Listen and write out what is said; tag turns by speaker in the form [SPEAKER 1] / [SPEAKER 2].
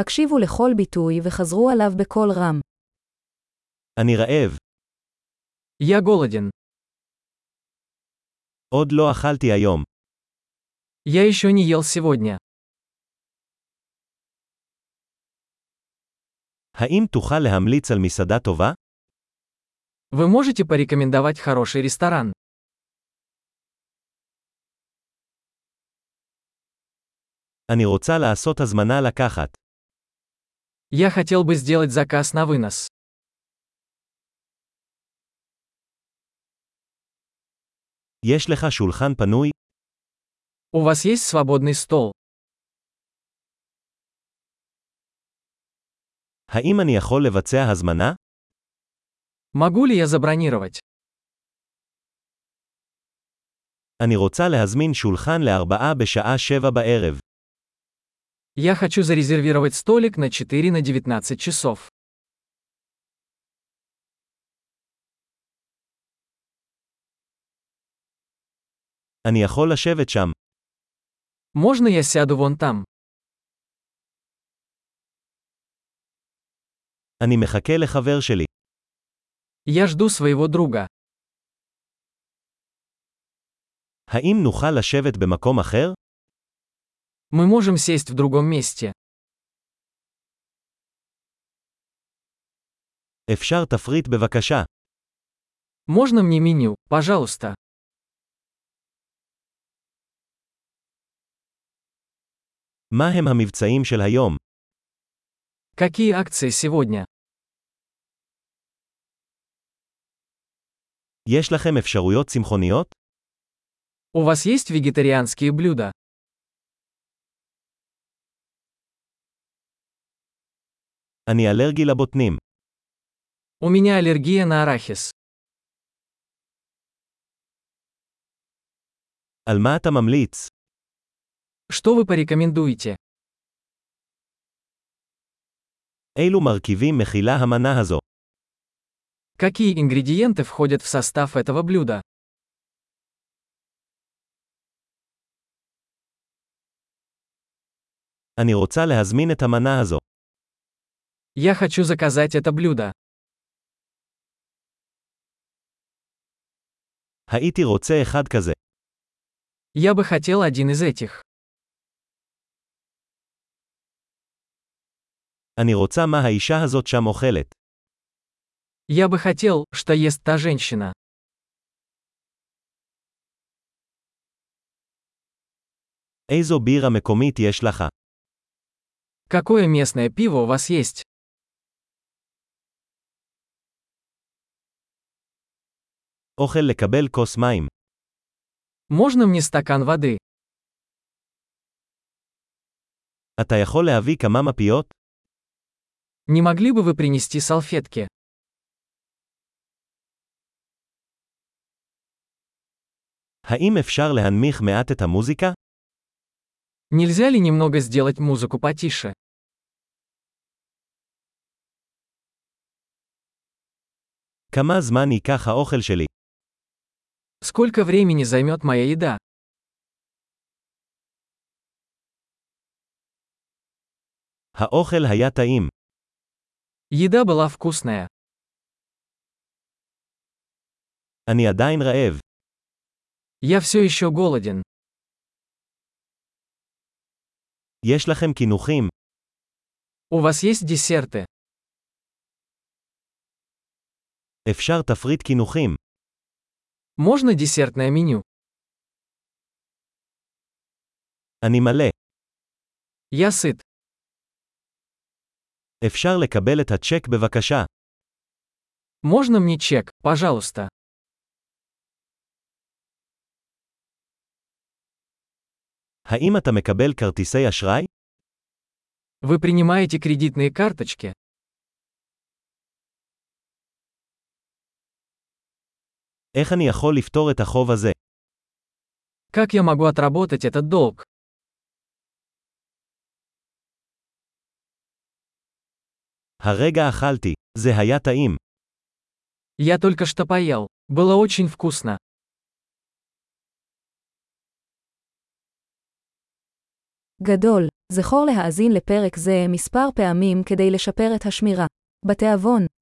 [SPEAKER 1] הקשיבו לכל ביטוי וחזרו עליו בקול רם.
[SPEAKER 2] אני רעב,
[SPEAKER 3] Я голоден.
[SPEAKER 2] עוד לא אכלתי היום.
[SPEAKER 3] Я еще не ел сегодня.
[SPEAKER 2] האם תוכל להמליץ על מסעדה טובה?
[SPEAKER 3] Вы можете порекомендовать хороший ресторан?
[SPEAKER 2] אני רוצה לעשות הזמנה לקחת.
[SPEAKER 3] Я хотел бы сделать заказ на вынос.
[SPEAKER 2] יש לך שולחן פנוי?
[SPEAKER 3] У вас есть свободный стол?
[SPEAKER 2] האם אני יכול לבצע הזמנה?
[SPEAKER 3] Могу ли я забронировать?
[SPEAKER 2] אני רוצה להזמין שולחן לארבעה בשעה שבע בערב.
[SPEAKER 3] Я хочу зарезервировать столик на 4 на 19 часов.
[SPEAKER 2] אני יכול לשבת שם.
[SPEAKER 3] Можно я сяду вон там?
[SPEAKER 2] אני מחכה לחבר שלי.
[SPEAKER 3] Я жду своего друга.
[SPEAKER 2] האם נוכל לשבת במקום אחר?
[SPEAKER 3] Мы можем сесть в другом месте.
[SPEAKER 2] אפשר תפריט בבקשה.
[SPEAKER 3] Можно мне меню, пожалуйста?
[SPEAKER 2] מה הם המבצעים של היום?
[SPEAKER 3] Какие акции сегодня?
[SPEAKER 2] יש לכם אפשרויות צמחוניות?
[SPEAKER 3] У вас есть вегетарианские блюда?
[SPEAKER 2] אני אלרגי לבוטנים.
[SPEAKER 3] У меня аллергия на арахис.
[SPEAKER 2] על מה אתה ממליץ?
[SPEAKER 3] Что вы порекомендуете?
[SPEAKER 2] אילו מרכיבים מכילה המנה הזו?
[SPEAKER 3] Какие ингредиенты входят в состав этого блюда?
[SPEAKER 2] אני רוצה להזמין את המנה הזו.
[SPEAKER 3] Я хочу заказать это блюдо.
[SPEAKER 2] הייתי רוצה אחד כזה.
[SPEAKER 3] Я бы хотел один из этих.
[SPEAKER 2] אני רוצה מה האישה הזאת שם אוכלת.
[SPEAKER 3] Я бы хотел, что ест та женщина.
[SPEAKER 2] איזו בירה מקומית יש לך?
[SPEAKER 3] Какое местное пиво у вас есть?
[SPEAKER 2] אוכל לקבל כוס מים.
[SPEAKER 3] Можно мне стакан воды?
[SPEAKER 2] אתה יכול להביא כמה מפיות?
[SPEAKER 3] Не могли бы вы принести салфетки?
[SPEAKER 2] האם אפשר להנמיך מעט את המוזיקה?
[SPEAKER 3] Нельзя ли немного сделать музыку потише?
[SPEAKER 2] כמה זמן ייקח האוכל שלי?
[SPEAKER 3] Сколько времени займет моя еда?
[SPEAKER 2] האוכל היה טעים.
[SPEAKER 3] Еда была вкусная.
[SPEAKER 2] אני עדיין רעב.
[SPEAKER 3] Я все еще голоден.
[SPEAKER 2] יש לכם קינוחים?
[SPEAKER 3] У вас есть десерты?
[SPEAKER 2] אפשר תפריט קינוחים.
[SPEAKER 3] Можно десертное меню?
[SPEAKER 2] אני מלא.
[SPEAKER 3] Я сыт.
[SPEAKER 2] אפשר לקבל את הצ'ק בבקשה.
[SPEAKER 3] Можно мне чек, пожалуйста?
[SPEAKER 2] האם אתה מקבל כרטיסי אשראי?
[SPEAKER 3] Вы принимаете кредитные карточки?
[SPEAKER 2] איך אני יכול לפתור את החוב הזה?
[SPEAKER 3] Как я могу отработать этот долг?
[SPEAKER 2] הרגע אכלתי. זה היה טעים.
[SPEAKER 3] Я только что поел. Было очень вкусно.
[SPEAKER 1] גדול, זכור להאזין לפרק זה מספר פעמים כדי לשפר את השמירה. בתיאבון